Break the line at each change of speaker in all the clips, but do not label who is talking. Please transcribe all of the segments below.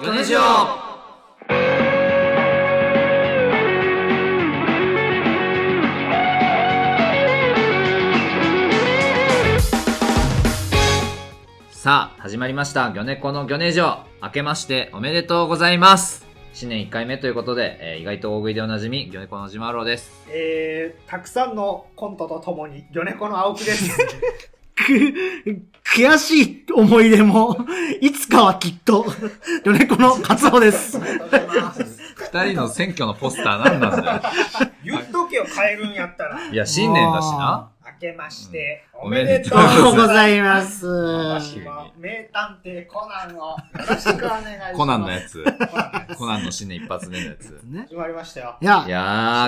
米ネジオさあ、始まりました。魚猫の魚ネジオ。明けましておめでとうございます。新年1回目ということで、えー意外と大食いでおなじみ、魚猫のじまろうです。
えー、たくさんのコントとともに、魚猫の青木 です。
く、 悔しい思い出も、いつかはきっと、 ヨネコのカツオです。
二人の選挙のポスター何なんだ
言っとけよ、変えるんやったら。
よ。いや、新年だしな。
明けまして、
うん
おめでと
お
う
め
ご
でとうご
ざい
ざいます。
ます。私は名探偵コナ ンをよろしくお願いします。
コナンのやつ。
コナンです
コナンの新年一発目のやつ。
ね
始まりましたよ
い。
い
や、
や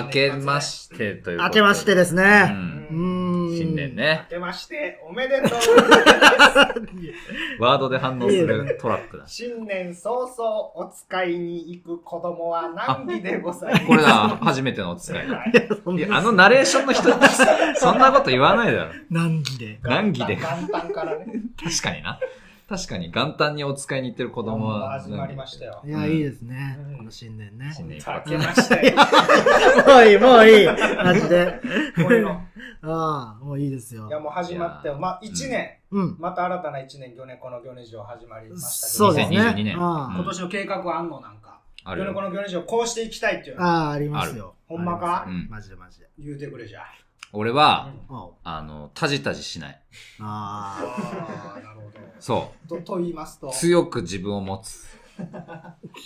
ー、明けましてということで。
明けましてです
う
ね。
ん。
うーん。
新年
明
ね。
けまして、おめで とうございます。
ワードで反応するトラックだ。
新年早々、お使いに行く子供は難儀でございます。
これだ、初めてのお使いだ。
はい。
そん
い
な
や、あのナレーションの人、 そんなこと言わないだろ。
難儀で。
難儀で。
元旦からね、
確かにな。確かに元旦にお使いに行ってる子
子
供は。
始まりましたよ
い。や、いいですね
うん。
この新年ね。
新年一
明
発
けま して、
もういい、もういい。マジで。
これの。
ああ、もういいですよ
い。やもう始まって
いやー
よ、まあ、1年、
うん。
また新たな1年、魚猫の魚ネジオ始まりましたけど、
そうですね。
2022年
あ
今年の計画はあんのなんか、
ある
魚猫
よ。
の魚ネジオこうしていきたいっていう
あ、
の
ああ、ありますよ。
ほんまか
ありすマジでマジで。
言うてくれじゃ。
俺
う
は、
ん
おう
あの、タジタジしない。
あ
あーなるほ
そ
どとと 言いますと
う。、強く自分を持つ。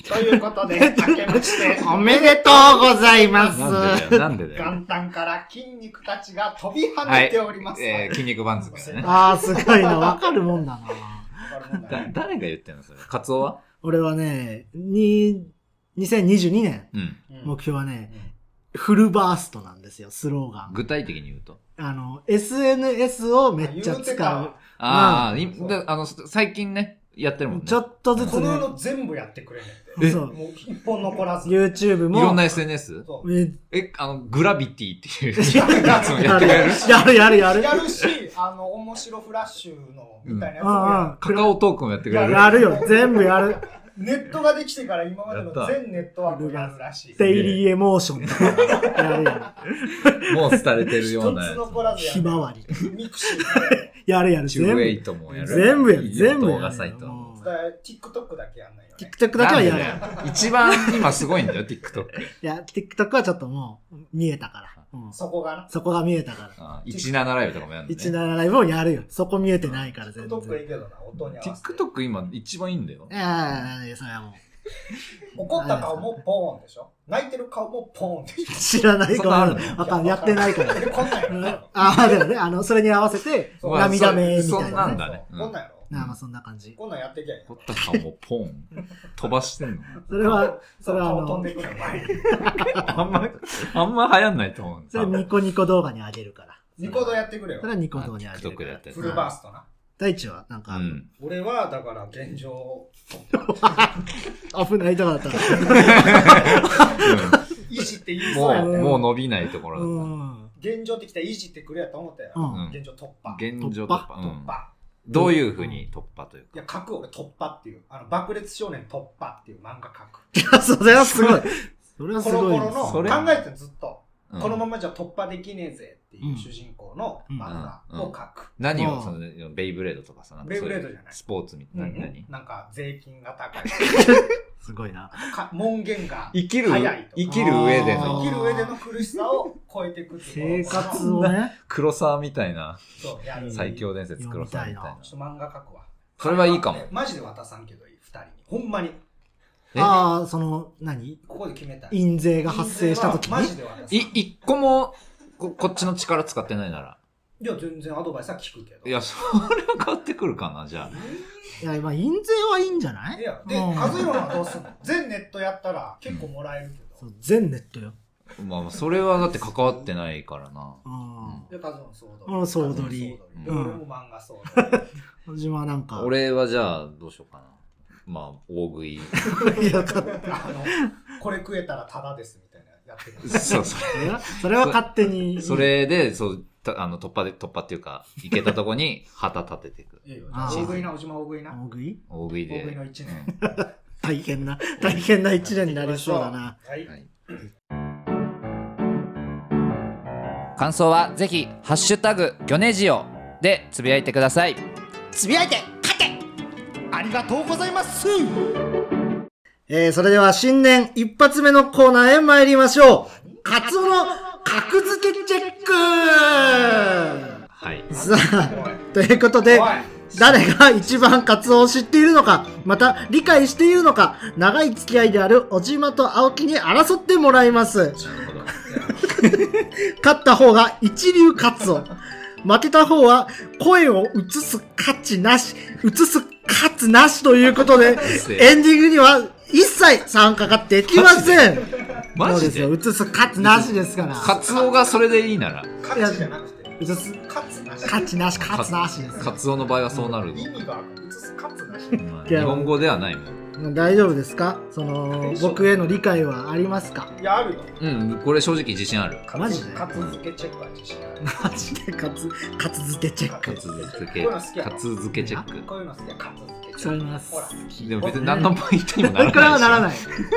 ということで、明けま して、
あ。おめでとうございます。
なんでだよ、なんでだよ。
元旦から筋肉たちが飛び跳ねております。
えー、筋肉番付だね。
ああ、すごいな。わかるもんだな。
わかるもんだ
だ
ね
誰が言ってんのそれ。カツオは
俺はね、に、2022年、
うん。
うん
目標はね、
う
フルバーストなんですよ、スローガン。
具体的に言うと。
あの、SNS をめっちゃ
言うて
使う
た。
ああ、
うん
いだあの、最近ね、やってるもんね。
ちょっとずつ
この世
ね、
の全部やってくれね
え
そう
もう一本残らず。
YouTube
いろん
も
な、SNS?
そう
え
え、あの、グラビティっていうやつもやってくれる
やるやるやる。
やるし、あの、面白フラッシュのみたいなやつ
う
もやる
んうん。
カカオトークもやってくれる
やるよ、全部やる。
ネットができてから今までの全ネットワークがあるらしい。一
デイリーエモーションとか、やるや
もう廃れてる
つ
ようなやつ。
残ら
る。
ずや
ひまわり。
ミクシー
やるやる、
チュ
全
ーウ
部
ェ。イトもやる。
全部やる、全部
動
や
画
る。
サイト。
もう
だから TikTok だけやんないよね。
TikTok だけはやる。
なんでだよ一番今すごいんだよ、TikTok。
いや、TikTok はちょっともう、見えたから。うん
そこがな。
そこが見えたから。
ああ17ライブとかもやるんだね。
17ライブをやるよ。そこ見えてないから、全然。
TikTok いいけどな、音に合わせて。
TikTok 今一番いいんだよ
い。やいやいや、それはも
怒った顔もポーンでしょ泣いてる顔もポーンでし
う、知らないか
そんなのある
ら、
の
わかんないやってないか
ょ
ら。
えこんなんや
う
ろ
ん
な。
ああ、でもね、あの、それに合わせて、
そう
まあ
涙目み
そ
た
そ
い
んな
なね。
んだね。
そううんこんなんやろ
なあまあ、そんな感じ。
こんなんやってきゃいい
凝った顔もポン。飛ばしてんの。
それは、それはあ
顔飛ん
の、
でくるの前に。
あんま、あんま流行んないと思うん
それはニコニコ動画にあげるから。
ニコ動やってくれよ
それ。はニコ動にあげ
あ TikTok
るか
でや
ら
って。
フルバーストな。
大地は、なんか
う、ん。
俺は、だから現状、
危ないとこだったら。
維持って言い
も
そうやった
う、
よ。
もう伸びないとこ
う
ろだっ
ん。
現状ってきたら維持ってくれやと思ったよ。
うん
現状突
た。
破。
現状突
突
破。うん
バ
どういうふうに突破という
い
か。
や、書く俺、突破っていう。あの、爆裂少年突破っていう漫画書く。
いや、それはすごい。それはす
コロコ
ごい
ロ
で
の、
す。
そ
考
れ
えてずっと、
うん
このままじゃ突破できねえぜっていううん主人公の漫画を書く。
何
う
を、
ん
その、ベイブレードとかさ、なんかそうう
ベイブレードじゃない
スポーツみた
う
い
ん
な。何
なんか、税金が高い。
すごいな。
か門限が
生きる
早いと、か
生きる上で
あ
の
ー
生きる上での苦しさを超えていくってい
生
う
活をね、
黒沢みたいな
そう、やる。
うん
ちょっ
最強伝説黒沢みたいな
読。
と漫画書くわ。
それはいいかも。
マジで渡さんけどいい、二人に。ほんまに。
え
ああ、その、何
ここで決めたい。
印税が発生した時
マ
に
ジ、で渡さん
い、一個もこ、こっちの力使ってないなら。
いや、全然アドバイスは聞くけど。
いや、それは変わってくるかな、じゃ
いや、まあ、印税はいいんじゃない
いや、で、
うん
カズイロはどうすんの全ネットやったら結構もらえるけ
そ
ど。
う全ネットよ。
あ。まあ、それはだって関わってないからな。
うん。
で、カズイロの総
うん総
取
取
り。
り
総
う
取り
ん
で俺も漫画総 取り。
小島はなんか、
俺はじゃあ、どうしようかな。まあ、大 食い。
よかった。
あの、これ食えたらタダですみたいなやってくる。
そう、そ
それはそれは勝手に。
れ。それで、そう、たあの、突破で、突破っていうか、行けたとこに旗立てていく。
いいよ
あ
大
ー
食いな、おじま大食いな。
大食い
大食い
大食い
で。
の一年。
大変な、大変な一年になりそうだな。
はい。
はい感想はぜひハッシュタグギョネジオでつぶやいてください。
つぶやいて勝てありがとうございますえー、それでは新年一発目のコーナーへ参りましょうカツオの格付けチェック
はい。
さ
おい
あ、ということで
おい、
誰が一番カツオを知っているのか、また理解しているのか、長い付き合いである小島と青木に争ってもらいます。勝った方が一流カツオ。負けた方は声を移す価値なし、移す価値なしということで、エンディングには一切参加ができません。
マジ
そう
です
よ移す価値なしですから。
カツオがそれでいいなら、
勝ちじゃなくて、
移す
勝つなし。
価値なし、価値なしです。
カツオの場合はそうなる。
意味が移す勝つなし。
まあ日本語ではないもん。
大丈夫ですかその、僕への理解はありますか
いや、あるよ。
うん、これ正直自信ある。
マジで
勝つ付けチェックは自信ある。
マジでカツ、カツ漬けチェッ
カ
ク。
ツ漬け、カツ漬けチェック。
こういうの好きや、勝つ付けチェック。
それます
ほら。
でも別に何のポイントにもならないし。
これはならない。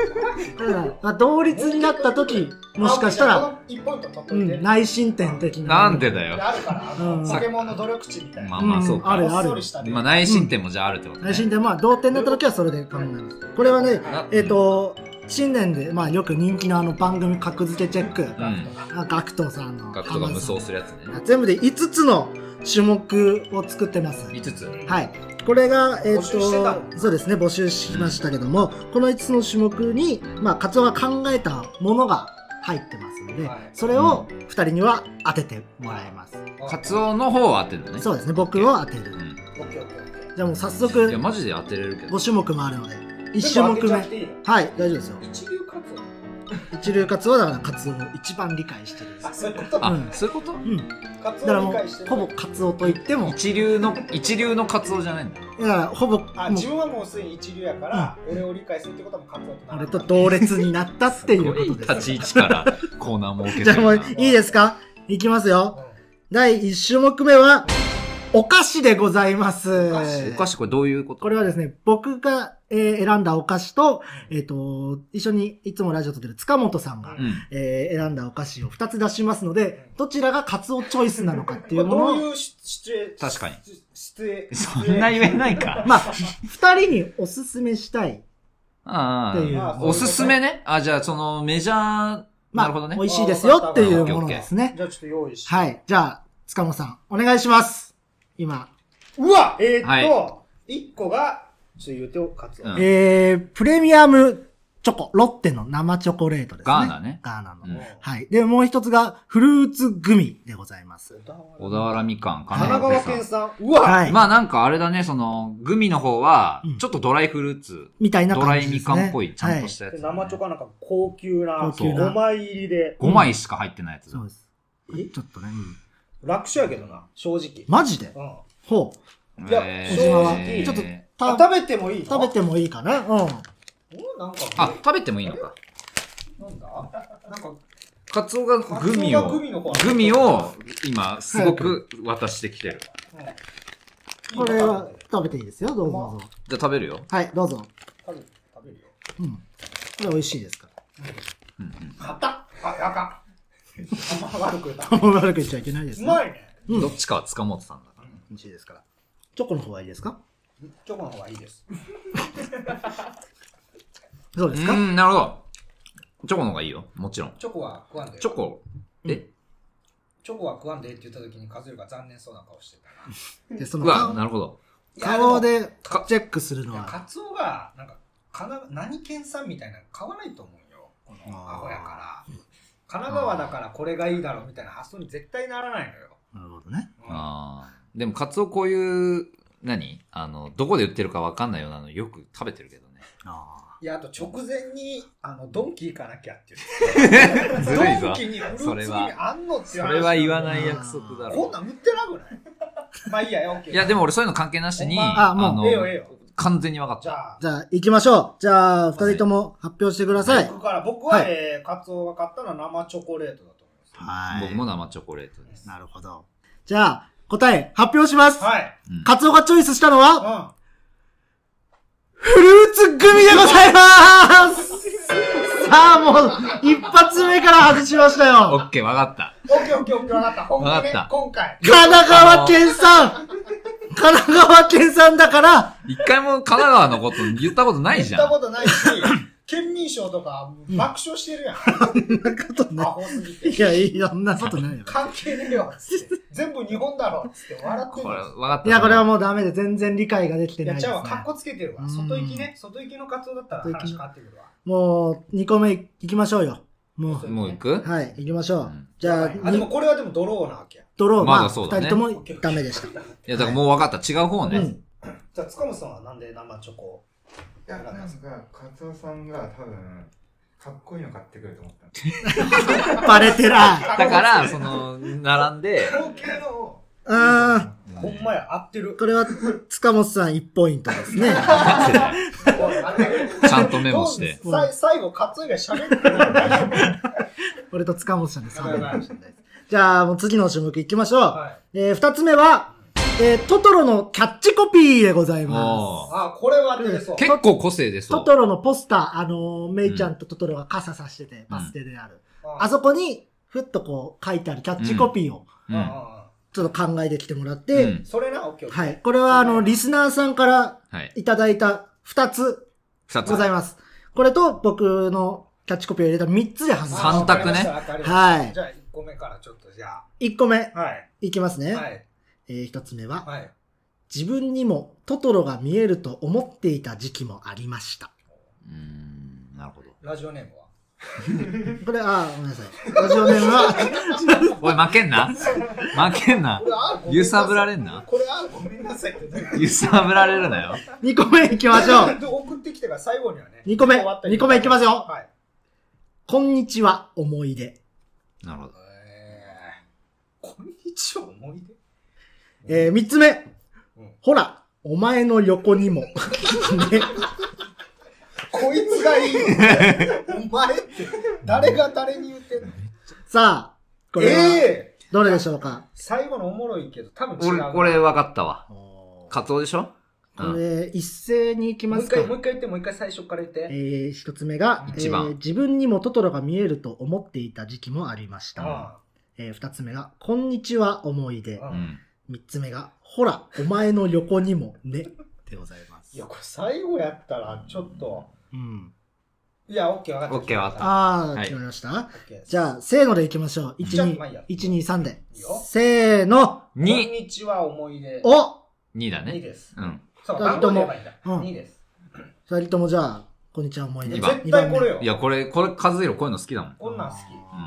ただ、まあ、同率になった時、もしかしたら、。
一ポイント取っ
う
といて。
ん、内申点的な。
なんでだよ。
あるから、あ
う
の
ん
ポケモンの努力値みたい
ま
な。
あまあそうか。
あるある
ほっそりしたね
まあ内申点もじゃああるってことね。
内申点、まあ、同点になった時はそれで考えます。これはね、
な
えっ、、と、新年で、まあ、よく人気のあの番組格付けチェック、
うん。うん
あガクトさんの。
学徒が無双
浜
するやつね
田。さん全部で5つの種目を作ってます。
5つ。
はい。これが、えっ、
募集してた
と、そうですね、募集しましたけども、この5つの種目に、まあ、カツオが考えたものが入ってますので、
はい
それを2人には当ててもらいます。
カツオの方は当てるのね。
そうですね、僕を当てる
う。ん。
オッケーオッケーオッケー
じゃあもう早
い
速
や、、マジで当てれるけど。
5種目もあるので、1
全
種
部開
目
けちゃっ
目。
ていいよ
はい、大丈夫ですよ。
一流勝つ
一流カツオはだからカツオを一番理解してるんです
あ、。そういうこと
あ、
うん
そういうこと
うん。だ
カツ
から
を
も
理解して
う、
る
ほぼカツオと言っても、
一流の、一流のカツオじゃないんだ。
だからほぼ、もう
あ、自分はもうすでに一流やから、俺を理解するってこともカツオとな
あ
る
れと同列になったっていう
すごい
ことで
立
す。
ち位置からコーナーも受け
じ
て
ゃあ
る
もう、い
な。
いですかいきますよ。
う
第1種目目は、お菓子でございます。
お菓子
お菓子これどういうこと
これはですね、僕が、えー選んだお菓子と、えっ、と、一緒にいつもラジオ撮ってる塚本さん
う
が、
ん。
えー選んだお菓子を2つ出しますので、どちらがカツオチョイスなのかっていうんも
どう
のを、
いうシチュエーション
確かに
シチュエ
そんな言えない か。
まあ、2人におすすめしたい。
あ
っていう
あ、おすすめね。あ、じゃあそのメジャー、
ま
な
あ、
るほどね
美。味しいですよっていうものですね。
じゃあちょっと用意して。
はい。じゃあ、塚本さん、お願いします。今。
うわえー、っ
は
と、一個が、ちょっと言うてよ、カツオ。
うん
えー、プレミアムチョコ、ロッテの生チョコレートですね。
ガーナね。
ガーナの。
うん
はい。で、もう一つが、フルーツグミでございます。
小田原みかん、
神
神
奈
奈
川
川
県
県
産。うわ、
はい。
まあなんかあれだね、その、グミの方は
うん、
ちょっとドライフルーツ、
みたいな
ドラ
感
イ
じで
み
す、ね。
かんっぽい、ちゃんと
は
したやつ、
で
ね。
生チョコはなんか高級な、
高級な
5枚入りで、
5枚しか入ってないやつだ
そうです。
え
ちょっとね。
楽勝やけどな、正直。
マジで
うん。
ほう。
いや
えー
正直ちょっと
あ
た
食べてもいいの
食べてもいいかなうん。
おなんか、
あ、食べてもいいのか。
なんだなんか、
カツオがグミ
カツオが
を、
グミの方
グミを今すごく渡してきてる。
うん
これは食べていいですよ。どうぞどうぞ。
じゃあ食べるよ。
はい、どうぞ。
食べ食べるよ。
うん。これ美味しいですから。
うんうん
硬っあ、やかん。あんま悪く言うた。
あんま 悪く言っちゃいけないです
う
ね。
まいね。
うん。
ど
美
っちかは塚本さんだから。
味しいですから。チョコの方がいいですか
チョコの方がいいです。
そうですか、
うん、なるほど。チョコの方がいいよ。もちろん。
チョコは食わんでよ。
チョコ、え
チョコは食わんでって言った時にカズルが残念そうな顔してた。
で、そうの
わ、
顔
なるほど。
顔
いや。
で
か
チェックする
で
の
もいや
は。
カツオが、なんか、かな何県産みたいなの買わないと思うよ。このアホやから。神奈川だからこれがいいだろうみたいな発想に絶対ならないのよ。
なるほどね。
うん
あーでもカツオこういう、何あの、どこで売ってるかわかんないようなのよく食べてるけどね。
あ
いや、あと直前に、あの、ドンキ行かなきゃっていう。
ずるい
ドン
ぞ
キ。にフルーツ
それは
にあんのっていう
そ
話
れは言わ
い。
ない約束だ
こん
ろ。
なん売ってなくないまあいいや、OK。
いや、でも俺そういうの関係なしに、
ほん
まあもう
の
ええよ、ええよ。
完全に分かっ
じ
た。
ゃあ
あ。じゃあ、行きましょう。じゃあ、二人とも発表してください。
僕から僕は、
はい
えーカツオが買ったのは生チョコレートだと思いま
は
僕も生チョコレートです。
なるほど。じゃあ、答え発表します。
す。はい。
うん
カツオがチョイスしたの
う
は、フルーツグミでござ いさあ、もう、一発目から外しました
オ
よ。
ッケー、わかった。
オッケーオッケーオッケー、わかった。本気
わ
ね
かった、
今回。
神奈川県産神奈川県産だから、
一回も神奈川のこと言ったことないじ
言っ
ゃ
た
ん。
ことないし、県民賞とかもう爆笑してるやん。
そんなこと
ア
な
ホすぎて。
い。いや、いやそんなことないよ。
関係ねえよ、つって。全部日本だろ、つって笑ってん
こ
の
れ、わかった。
いや、これはもうダメで、全然理解ができて
い
な
や、
いで
ち
す、
ゃうわ、
ね。
かっこつけてるわ。外行きね。外行きの活動だったら
外行き
話
の
変わってくるわ。
もう、2個目いきましょうよ。も
もう行く
う、はい、行きましょ
う
う。
ん
じゃあ、
あ、でもこれはでもドローなわけや。
ドロー、
まあ
まあ、
そ
二
うだね
人ともダメでした。
いや、だからもう分かった。違う方
う
ね。
ん。
じゃあ、塚本さんはなんで生チョコを
いや、なんか、カツオさんが多分、かっこいいの買ってくると思ったんです
バレてらい。
だから、その、並んで
カ、ラオケの、
あ
ほんまや、合ってる
ー、。これは、塚本さん1ポイントですね。
ちゃんとメモして。
さい最後、カツが喋って るの大丈夫
俺と塚本さんで3
やばいやばい
ポイントです。じゃあ、もう次の種目行きましょう。
はい
えー、2つ目は、えー、トトロのキャッチコピーでございます。
も
あ、これは出そう
う。。結構個性でそ
ト
う。
トロのポスター、あのー、メイちゃんとトトロが傘さしてて、バス停である。あそこに、ふっとこう書いてあるキャッチコピーを、
う
うん
ん。
あ
ちょっと考えてきてもらっ
う
て、
ん
あ。それな、オッケーオッケー。
はい。これは、あの、リスナーさんから
はい。
いただいた2つ
二つ
ご。ざいます。これと、僕のキャッチコピーを入れた3つで
あ
判
三
断。
択ね。
わかりました
はい
じゃあ、1個目からちょっと、じゃ
1個目、
あ。はい。
いきますね。
はい。
えー、1つ目は、
はい。
自分にもトトロが見えると思っていた時期もありました。
うーん、なるほど。
ラジオネームは
これ、あー、ごめんなさい。ラジオネームは、
おい、負けんな。負けんな。
これあ
揺さぶられんな
これあごめんなさいって言ってる。
揺さぶられるなよ。
2個目いきましょ う。
で送ってきてから最後にはね。
二個目
終わったり
二個目いきますよ
はい。
こんにちは、思い出。
なるほど。
えーこんにちは、思い出
えー、3つ目
うん。
ほら、お前の横に も。ね
こいつがいいよ。 お前って、誰が誰に言ってんの
さあ、これは、
ええ
どれでしょうか、
最後のおもろいけど、多分違う
俺、
な。
俺分かったわ。
こ
カツオでしょうん。
れ、一斉にいきま
もう一
すか。
回、もう一回言って、もう一回最初から言って。
えー、一つ目が、え
一番
ー自分にもトトロが見えると思っていた時期もありまし
う
た。えー、二つ目が、こんにちは、思い出。
ん
う
うん
ん。
三つ目が、ほら、お前の横にも、ね。でございます。
いや、これ最後やったら、ちょっと。
うん。
いや、オッケー、わかった。
オッケーわかった
あー、
はい
決まりました、
オッケー
じゃあ、せーのでいきましょう。
うん
じゃあ
1、
まあいいや
2、1、2、3で。
いいよ
せーの。
こん
2、
にちは、思い出。
お
2だ
2
ね。
です。
うん。
そう、
二
番号
人とも
言えばいいんだ。
うん
2です。
二人ともじゃあ、こんにちは、思い出。
二
絶
番
対これ
よ。
よ。
いや、これ、これ、カズヒロこういうの好きだもん。
こんなん好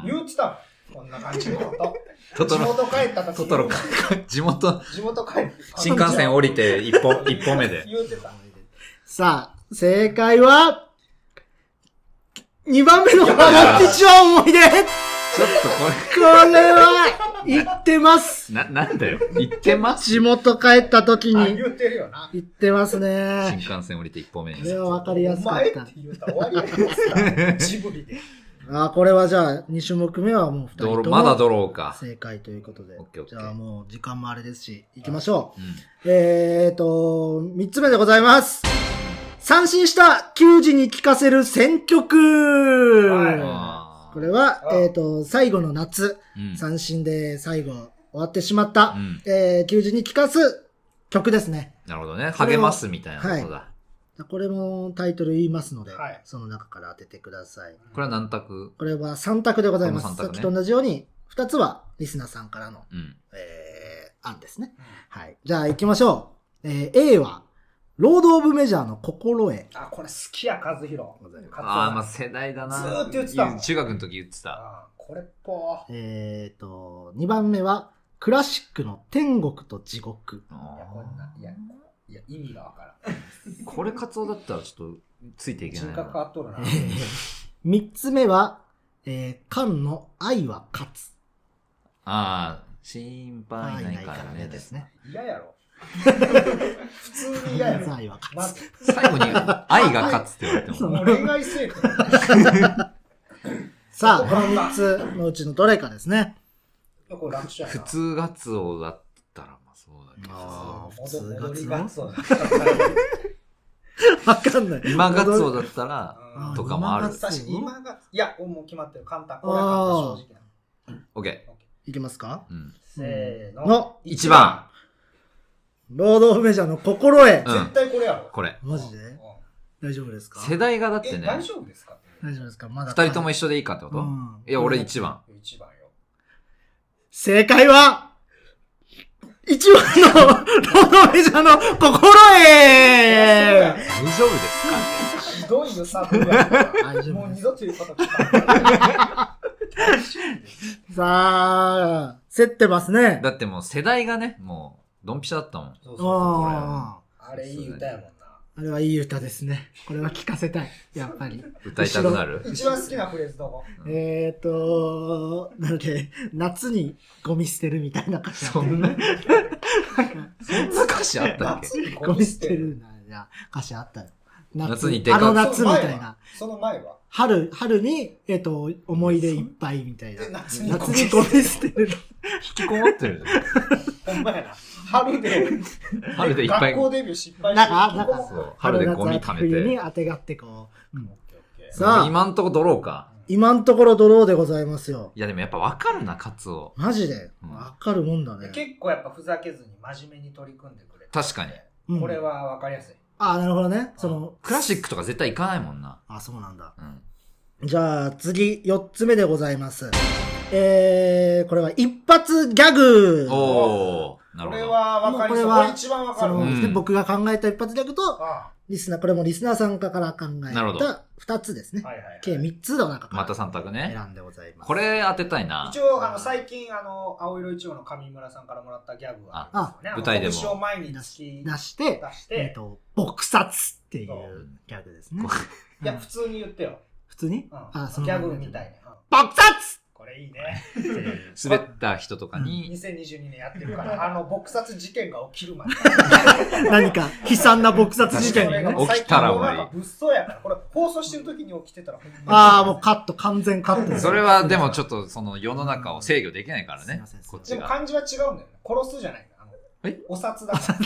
うん
き。言ってたもんこんな感じのこと。
トト
地
ロ、
元帰った時
トトロか。 地元、
地元帰って。
新幹線降りて 一歩、一歩目で。
言ってた。
さあ、正解は、2番目のこんにちは、思い出。
ちょっとこ
これは、言ってます。
れ、な、なんだよ。行ってます
地元帰った時
あ、
に、
言ってるよな。
言ってます
新
ね。
幹線降りて一歩目
これは分かりやすかっ
お前
た
って。言うたら終わりやすか。ジブリで。
あーこれはじゃあ、2種目目はもう2人
ドロ
とも
まだドローか。
正解ということで
オッケーオッ。ケ
じ
ー
ゃあもう時間もあれですし、行きましょう。
うん。
えーと、三つ目でございます。三振した球児に聞かせる選曲、
は
あー
これは、
あ
えーと、最後の夏、
うん。
三振で最後終わってしまった
う、ん。
えー球児に聞かす曲ですね。
なるほどね。励ますみたいなことだ。
これもタイトル言いますので、
はい
その中から当ててください。
これは何択
これは三択でございます。
この三
さっ
択ね
きと同じように、二つはリスナーさんからの
うん。
えー、案ですね。はい。じゃあ行きましょう。えー、A は、ロード・オブ・メジャーの心得。
あ、これ好きや、和弘。
ございます
ああ、まあ世代だな。
ずーっと言ってたもん
中学の時言ってた。
あこれっぽ。
えーと、2番目は、クラシックの天国と地獄。
いや、こんな、いや、いや、意味がわからん。
これカツオだったらちょっとついていけ
人
ない
格変
な。
わっとるな。
3つ目は、えー、カンの愛は勝つ。
ああ、心配ないからねですね。。
嫌や ろ。普通に嫌やろ。
愛は勝
まず、
最後に 愛が勝つって言われて
そう
も。
もう恋愛生活。
つ。さあ、この3つのうちのどれかですね。
これ楽勝や
普
な。
通ガツオだったらまあそうだけど。
あ
戻
ー普通
戻り
が
が
つ
つお。
わかんない。
今ガツオだったら、
うん
とかもある
今ガツ
確かに
オ
今が、いや、もう決まってる。簡単。これは簡単、正直な。
オッケ
いきますか
ー。うん。
せーの。
の、
一番。
労働不明者の心得。
うん
絶対これやろ。
これ。
マジで
うん
大丈夫ですか
世代がだって
え、
ね、
大丈夫ですか
大丈夫ですかまだ。
二人とも一緒でいいかってこと、
うん
いや、俺一番。
一番よ。
正解は、一番の、ロードメジャーの心得
大丈夫ですか
ひどいよ、サブが。
大丈
も
夫
う
で
二
す。
度と言うこと聞かない。
さあ、競ってますね。
だってもう世代がね、もう、ドンピシャだったもん。
そうそうそう
あ
あれいい歌やもんな。
あ、あれはいい歌ですね。これは聴かせたい。やっぱり。
歌いたくなる。
一番好きなフレーズどこ
うん
えーと、なんだっけ、夏にゴミ捨てるみたいな歌詞あった
そ
よね
んな、そんな歌詞あったっけ
夏に
ゴミ捨てるな、じゃあ歌詞あったよ。
夏にでか
あ
い
の夏みたいな。
その前は
春、春に、えっ、と、思い出いっぱいみたいな
で。夏に
夏にゴミ捨てる。
引きこもってるじ
ほんまやな。春で、
ゃん。春でいっぱい。
学校デビュー失敗
な
し
ん
て
かなんか
そう 春でゴミ
夏
溜め
冬に
て。
当てがってこう。うんさ
さあ。
あ、
今んとこドローか。
今のところドローでございますよ。
いやでもやっぱわかるな、カツオ。
マジで
うん
わかるもんだね。
結構やっぱふざけずに真面目に取り組んでくれた
確かに。
うん
これはわかりやすい。
あ、なるほどね。その、
クラシックとか絶対行かないもんな。
あ、そうなんだ。
うん。
じゃあ次、4つ目でございます。えー、これは一発ギャグ。
おー、な
こ
るほ
れ
ど。
はわかりそう。
もう
こ
これは
れ一番わか
そ
る
の、
わ。
うん
で僕が考えた一発ギャグと、
あ
リスナー、これもリスナーさんから考え
なるほど
た2つですね
あ。はいはいはい
計3つの中
ま
か
た3択
ら
ね。
選んでございます。
これ当てたいな。
一応、あの、最近、あの、青色一号の上村さんからもらったギャグはありますよね、
あ舞台でも
一を前に
出
突き
し
出
出して、
し、
えってと、撲殺っていう
そう
ギャグですね
こ。
いや、普通に言ってよ。
普通に
うん
あ、その
ギャグみたいな。うん
撲殺
これいいね。
滑った人とかに、
2022年やってるから、あの、撲殺事件が起きるまで。
何か悲惨な撲殺事件がね。
確かに起きたら終わり
最近のなんか物騒やから、これ放送してる時に起きてたらほんまに、
ああ、もうカット、完全カットです。
それはでもちょっとその世の中を制御できないから
すい
ね
ません。
こっち
でも
が。
漢字は違うんだよね。殺すじゃないの。あの
え
お札だから。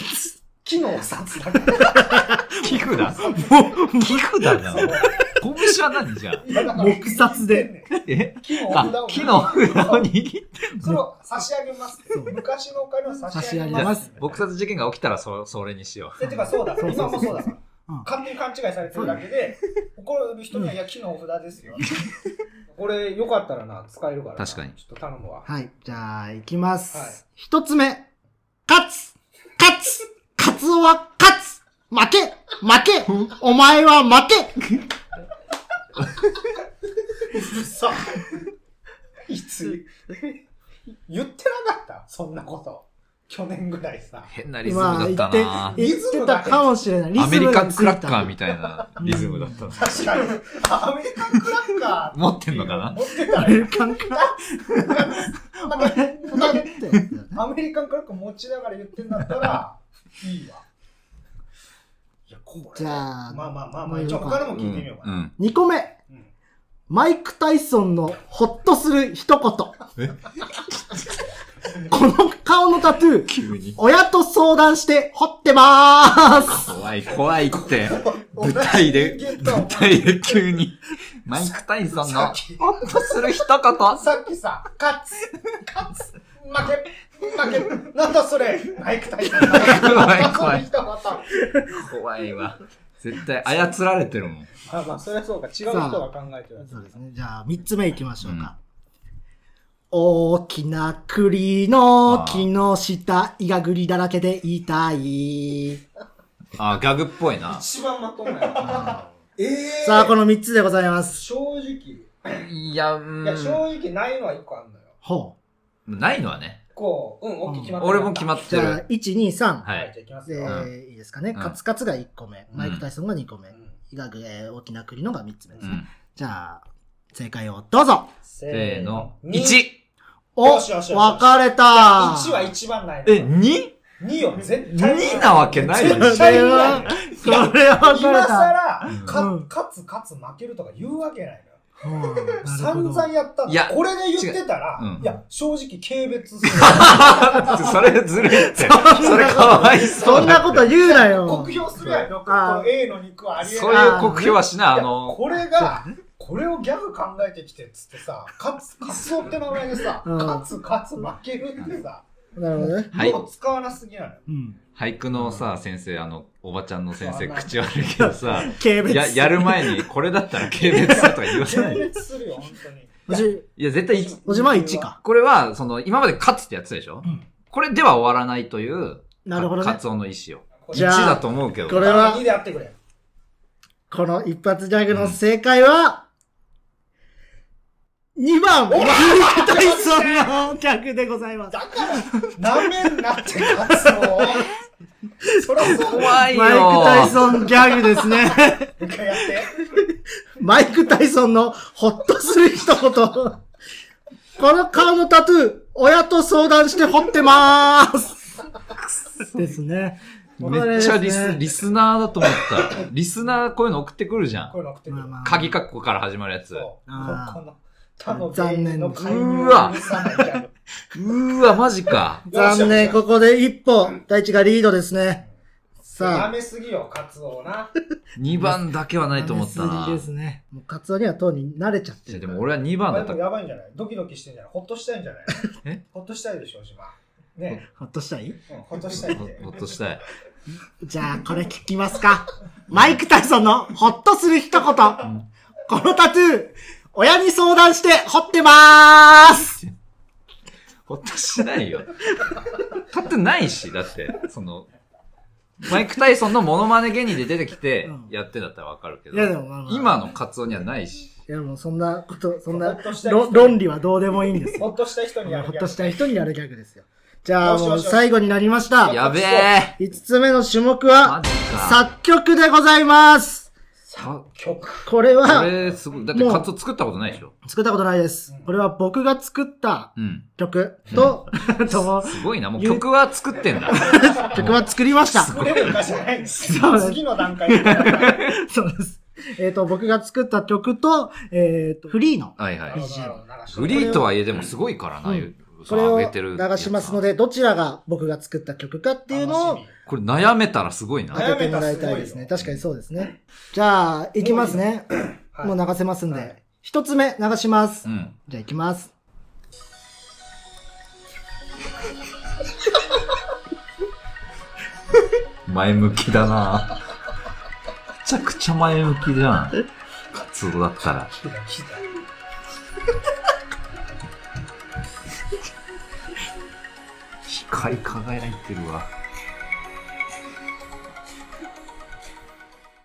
木のお札だから。
寄付だ。もう、寄付だな。拳は何じゃあ。
いやだから
撲殺で。
え
木のお札
あ
を、
木の札を握って。
それを差し上げます
そう。
昔のお金を差し上げ
差し上げま
ますす。
撲殺事件が起きたらそ、それにしよ
えてかそうだ、
そうそう
今もそうだから
うん。
勝手に勘違いされてるだけで、怒る人には、いや、木のお札ですよ。これ、よかったらな、使えるからな。
確かに
ちょっと頼むわ。
はい、じゃあ、いきま
はい
す。一、つ目。勝つ勝つカツオは勝つ負け負けお前は負け
さいつ言ってなかったそんなこと去年ぐらいさ
う。変なリズム
今
だっ
言
た
って
な、。
言ってたかもしれない。リ
アメ
ズ
リ
ム
カ
が
ン
つ
ク
い
ラッカー
た。
みたいなリズムだったな。
確かにアメリカンクラッカー
持ってんのかな
持ってた
ア
ら
メリカンクラッ
なん
カ
か
ー。
なんか
ってやつだよね
アメリカンクラッカー持ちながら言ってんだったらいいわいやこれ
じゃあ
まあまあまあま
もう
あ
いい
じ
の
ゃあ
か
他のも
う
聞いてみよ
ん
うか
う
な、
ん。
二個目。
うん
マイク・タイソンのほっとする一言。この顔のタトゥー、
急に。
親と相談して掘ってまーす
怖い、怖いって。舞台で、舞台で急に。マイク・タイソンの、ほっとする一言。
さっきさ勝つ勝つ負け負けなんだそれマイクタイソン
怖い怖い
その人また
怖いわ。絶対操られてるもん。
まあまあ、それはそうか。違う人が考えてるやつ
そうですね。じゃあ、三つ目いきましょうか。大きな栗の木の下、いがぐりだらけで痛い。
あ、ギャグっぽいな。
一番まともや。ええ
さあ、この三つでございます。
正直。い
いや、うーん
や、正直ないのは一個あるのよ。
ほ
ないのはね。
こう、うん、OK 決まってる
俺も決ま
っ
って
う。じ
て
ゃあ
る。、
一二三。
は
はいい、じゃあいきます
で、
よ。
いいですかね。
うん
カツカツが一個目。
うん
マイク・タイソンが二個目
う。ん
いがぐ、えー大きな栗のが三つ目です
う
ね。
ん。
じゃあ、正解をどうぞ。
せーの。
に
1!
お、
よしよしよし
分かれた。
一は一番ないの。
え、2?2
2よ、絶対に。
なわけないよ
そ
ね。
絶
れ
対にない
は、それは分かれ
今
た。
さら、
うん
か
うん
勝つ、勝つ、負けるとか言うわけないのよ。散々やったんだ
いや
これで言ってたら、
違ううん
いや、正直軽蔑する。
それずる いって。それかわいそう。
そんなこと言うなよ
酷。評するやんよ。こ
あー
の A の肉はありえない。
そういう酷評はしない。あ
いや
の、
これが、これをギャグ考えてきてっつってさ、カツ、カツオって名前でさ、
うん
カツ、カツ負けるってさ、
なるほどね。
はい
もう使わなすぎなのよ。
うん。
俳句のさ、先生、あの、おばちゃんの先生、
そうあんな
口悪いけどさ、
軽蔑。
や、やる前に、これだったら軽蔑だとか言わ
軽
ない。
蔑するよ、本当に。
おじ、
いや、絶対い、
おじまあ1か。
これは、その、今まで勝つってやつでしょ、これでは終わらないという、
なるほど
か
ね
カ。ツオの意思を。
じゃあ
1だと思うけど。
これは
2でやってくれ。
この一発ギャグの正解は、2番、マイク・タイソンの客でございます。
だから、なめんなって、カ ツオを。そりゃそうだよ。
怖いよ
マイク・タイソンギャグですね。
一回やって。
マイク・タイソンのほっとする一言。この顔のタトゥー、親と相談して彫ってまーす。ですね。
めっちゃリ
これです
ス、
ね
リスナーだと思 った。リスナーこういうの送ってくるじゃ。
こうんいうの送ってく
ま
る
あ。まあ
鍵括弧から始まるやつ。
そう。
う
こ
あー
の、他の芸人の介
残
入
念
を許さないギャグ
ーわ、マジか。
残念、ここで一歩、大地がリードですね。
な
さあ、
めすぎよ、カツオをな。
2番だけはないと思った
舐
な。
めすぎですね。もうカツオにはとうに慣れちゃって
いや
る
で
から。
も俺は2番だ
あ
っ
で
た
も。やばいんじゃないドキドキしてんじゃないほっとしたいんじゃない
え
ほっとしたいでしょ、島。ね、
ほっとしたい
うんほっとしたいって。
ほほっとしたい。
じゃあ、これ聞きますか。マイク・タイソンのほっとする一言。このタトゥー、親に相談して彫ってまーす。
ほっとしないよ。勝ってないし、だって、その、マイク・タイソンのモノマネ芸人で出てきて
うん、
やってんだったらわかるけど、
いやでもまあまあ
今のカツオにはないし。
いや、もうそんなこと、そん
ほ
な
っとしたい
ろ論理はどうでもいいんですよ。
ほっとしたい人にやる
ほっ
ギャ
と
グ
したい人にやるギャグですよ。じゃあ、
よし
も
よ
う
しよし
最後になりました。
やべえ
5つ目の種目
マ
は、
ジか。
作曲でございます。
さ、
曲。
これ
こ
は、
れすごい。だってカツオ作ったことないでしょ
作ったことないです
うん。
これは僕が作った
うん。
曲 と、とも
すごいな。もう曲は作ってんだ。
曲は作りました。
これも歌じゃないんです。
そうです
次の段階で。
そうです。えっ、と、僕が作った曲と、えっ、と、フリーの。
はいは
なる
い。
ほどなるほど流して
フリーとはいえでもすごいからな、
うん
そ
こ
う
れ
上げ
を
てる。
流しますの。で、どちらが僕が作った曲かっていうのを
楽し
これ悩めたらすごいな。
当ててもらいたいですね。
悩めたら
確かにそうですね。じゃあ、いきますね。
み
もう
はい
流せますん
は
で
い。
一、つ目流します。
うん。
じゃあ、いきます。
前向きだなめちゃくちゃ前向きじゃん。カツオだったら。
聞いた聞いた
光り輝いてるわ。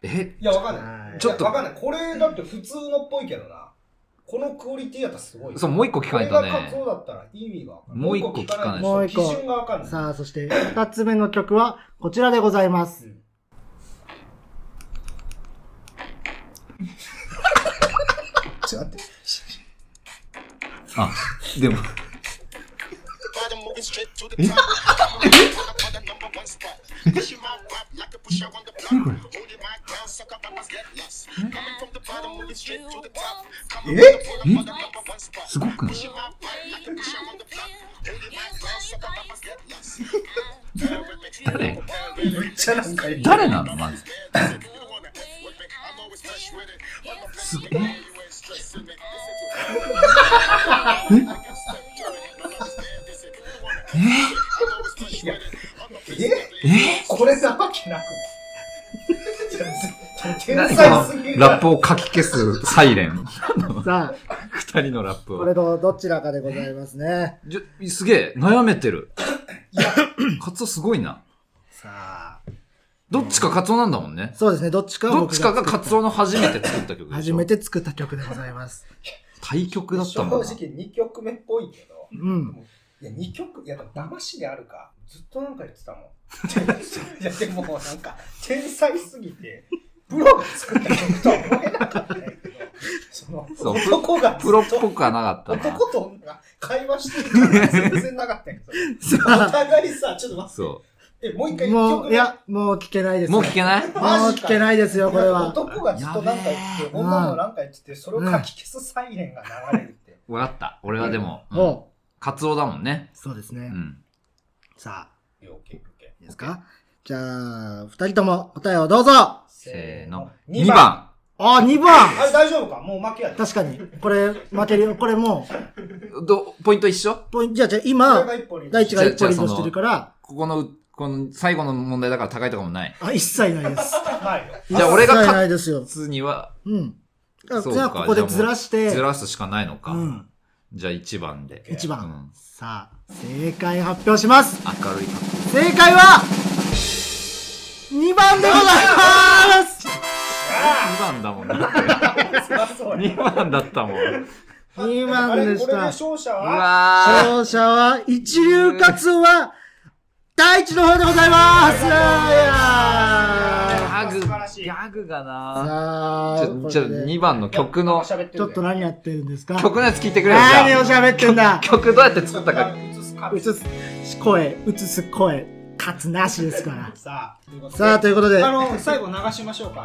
え
いや、わかんない。
ちょっと
いやわかんない。これだって普通のっぽいけどな。このクオリティやったらすごいよ。
そう、もう一個聞かない
ことれがカツ
ね。
オだったら意味がわかんない。
もう一個聞かない
もう一個
基準がわかんない。
さあ、そして、二つ目の曲は、こちらでございます。
ちょっと待って。
あ、でも、
bottom moving straight to the top. I'm the number one spot. Pushing my pop like a pusher on the block. Holding my down, sucker mamas get lost. Coming from the bottom, moving straight to the top. Coming from the bottom, for the number one spot.
すごくない
Pushing my pop like a pusher on the block. Holding my down, sucker mamas get lost. Bear with me,
誰
めっちゃなんかいい。
誰なのまず。
bear with me. You wanna F with me, I'm always touched with it. I'm a blessing, you ain't stressing me. Listen to me. I can step to it, but understand this. If you wanna F with me, I'm always touched with it. I'm a blessing, you ain't
これなわけ なくない。天
何
才すぎ
こ
る。
のラップをかき消すサイレン。
さあ、
二人のラップ
こ
を
れ。とどちらかでございますね。
じゃすげえ、悩めてる。カツオすごいな。
さあ、
どっちかカツオなんだもんね。
そうですね、どっちかは
どっ
僕
ち
が
かがカツオの初めて作った曲でしょ。
初めて作った曲でございます。
対局だっ
正
たもんな。
直二曲目っぽいけど。
うん。
いや、2曲、いや、でも騙しであるか、ずっとなんか言ってたもん。い や、でもなんか、天才すぎて、プロが作った曲とは思えなかったんだけど、その、
そう
男がず
プロっ
と
ぽくはなかったな。
男と女が会話してるから全然なかったんやけど、
さ
お
あ、
互いさ、ちょっと待って、
そ
え、もう一回
もう、い
曲
や、もう聞けないですよ。
もう聞けない
マジか
もう聞けないですよ、これは。
男がずっと何か言って、
やべえ
女も何か言ってて、それをかき消すサイレンが流れるって。
わかった。俺はでも、うん
も
カツオだもんね
う。、そうですね。
うん。
さあ、
よけよけ
いいですかじゃあ、二人とも答えをどうぞあ、
せーの。
2
2
番。
番。
2番
あれ大丈夫かもう負けやで。
確かに。これ、負けるよ。これも
ど、ポイント一緒
う、ポイント、じゃあ、じゃあ
これ
今
が、一歩に。
大地が一
じゃあ
歩リ
じ
ー
ゃあ
ドしてるから、
ここの、この最後の問題だから高いとかもない。
あ、一切ないです。
ないよ。
じゃあ俺が
一切
勝
ないですよ。
つには、
うん。あ
そうか
じゃあ、ここでずらして、
ずらすしかないのか。
うん。
じゃあ1番で。
一番、
うん
さあ、正解発表します
明るい格好
正解は、2番でございます
2番だもんな。
そりゃそうや
2番だったもん。
!2
あ
番
れ
で
こ
し
れで
た。
勝者
う
は
わー。
勝者は、一流カツオは、大地の方でございますいや
ギ
ー
ャグ、
素晴らしい
ギャグがな
さ
ち
あ、
ょ、
こ
ちょ、
れで
2番の曲の、
喋って
ちょっと
な。
何やってるんですか
曲のやつ聞いてくれるじ
何を
ゃん。
喋ってんだ
曲どうやって作ったか。
映すか
映す声、映す声、勝つなしですから。
さあ、ということで
さあ、ということで、
あ
なん
の、最後流しましょうか。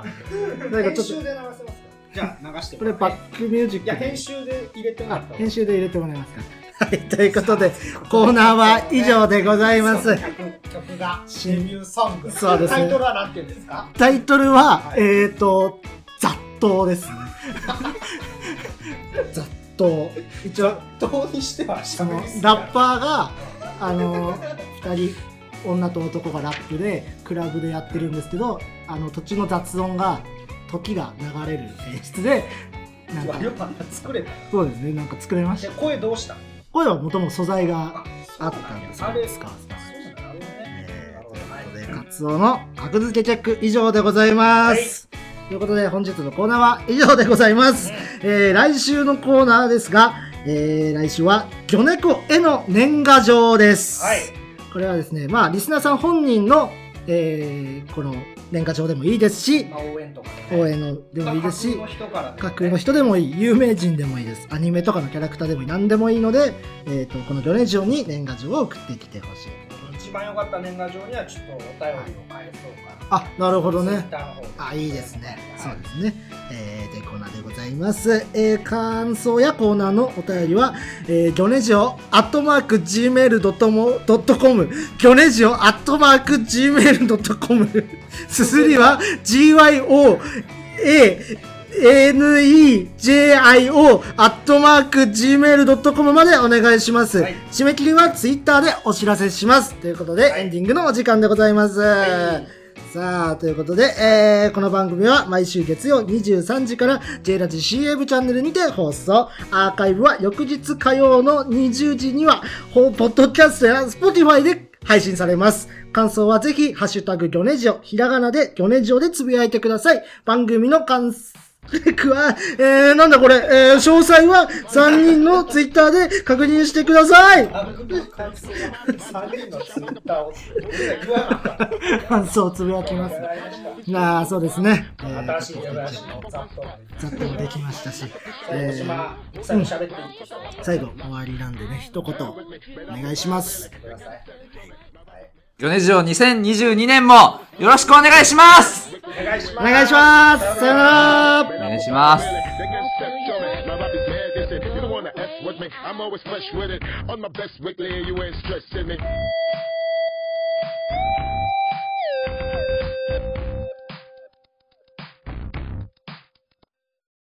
か
編
ちょ
集
っと、
で流せますかじゃあ流して
こ
も
れ
ら
バ
って
ックミュージック
いや、
で
編集で入れてもら
あ
った方がい
編
い
集で入れてもらえますか。はい、ということで、コーナーは以上でございます。
曲曲がデビューソング。
そうですね
タイトルは何て言うんですか
タイトルは、
はい
えっ、ー、と、雑踏 ですね。雑踏。一応、
どうにしては
そ
下
の
のり
ラッパーが、あの、二人、女と男がラップで、クラブでやってるんですけど、あの、途中の雑音が、時が流れる演出で、なん
ー。よ
か、
くあんな作れた。
そうですね、なんか作れまし
で
た。
声どうした
声はもともと素材があ
あ
ったんです
あれ、
スカーフ
そうなのね。
え
なるほ
ーと
どはい
いうことで、カツオの格付けチェック以上でございます。ということで、本日のコーナーは以上でございます。えー来週のコーナーですが、えー来週は、魚猫への年賀状です。
はい。
これはですね、まあ、リスナーさん本人の、えーこの年賀状でもいいですし、
まあ応援とかね。
応援のでもいいですし
架空の、人からね
架空の人でもいい、有名人でもいいです。アニメとかのキャラクターでもいい、何でもいいので、えっ、と、この魚猫に年賀状を送ってきてほしい。
一番良かった年賀状にはちょっとお便りを返そうかな。
あ、なるほどね。
Twitter の方で
あ、いいですね。そ
は
う
い
ですね。えー、で、コーナーでございます。えー、感想やコーナーのお便りは、えー、ギョネジオ、アットマーク、gmail.com、ギョネジオ、アットマーク、gmail.com、すすりは、gyo, a, nejio アットマーク gmail.com までお願いします、
はい
締め切りはツイッターでお知らせしますということで、
はい
エンディングのお時間でございます、
は
さあということで、えーこの番組は毎週月曜23時から J ラジ CM チャンネルにて放送アーカイブは翌日火曜の20時にはほポッドキャストや Spotify で配信されます感想はぜひ、ハッシュタグ、ギョネジオ、ひらがなで、ギョネジオでつぶやいてください。番組の感想、くわ、 えー、なんだこれ、えー、詳細は3人のツイッターで確認してください。
番組の感想3人のツイッターを俺ら言わなかった
感想をつぶやきます。ああ、そうですね。えー
新しい出囃子の雑踏まで
ざっともできましたし、
最後
えー
島最後喋っていいと
最後終わりなんでね、一言お願いします。
ください
ヨネジオ2022年もよろしくお願いします
お願いし
お
ます
願いします。さよなら。
お願いします。
They can step to it. My rap is mad, they said, you don't wanna F with me. I'm always fresh with it. On my best weekly, you ain't stressing me.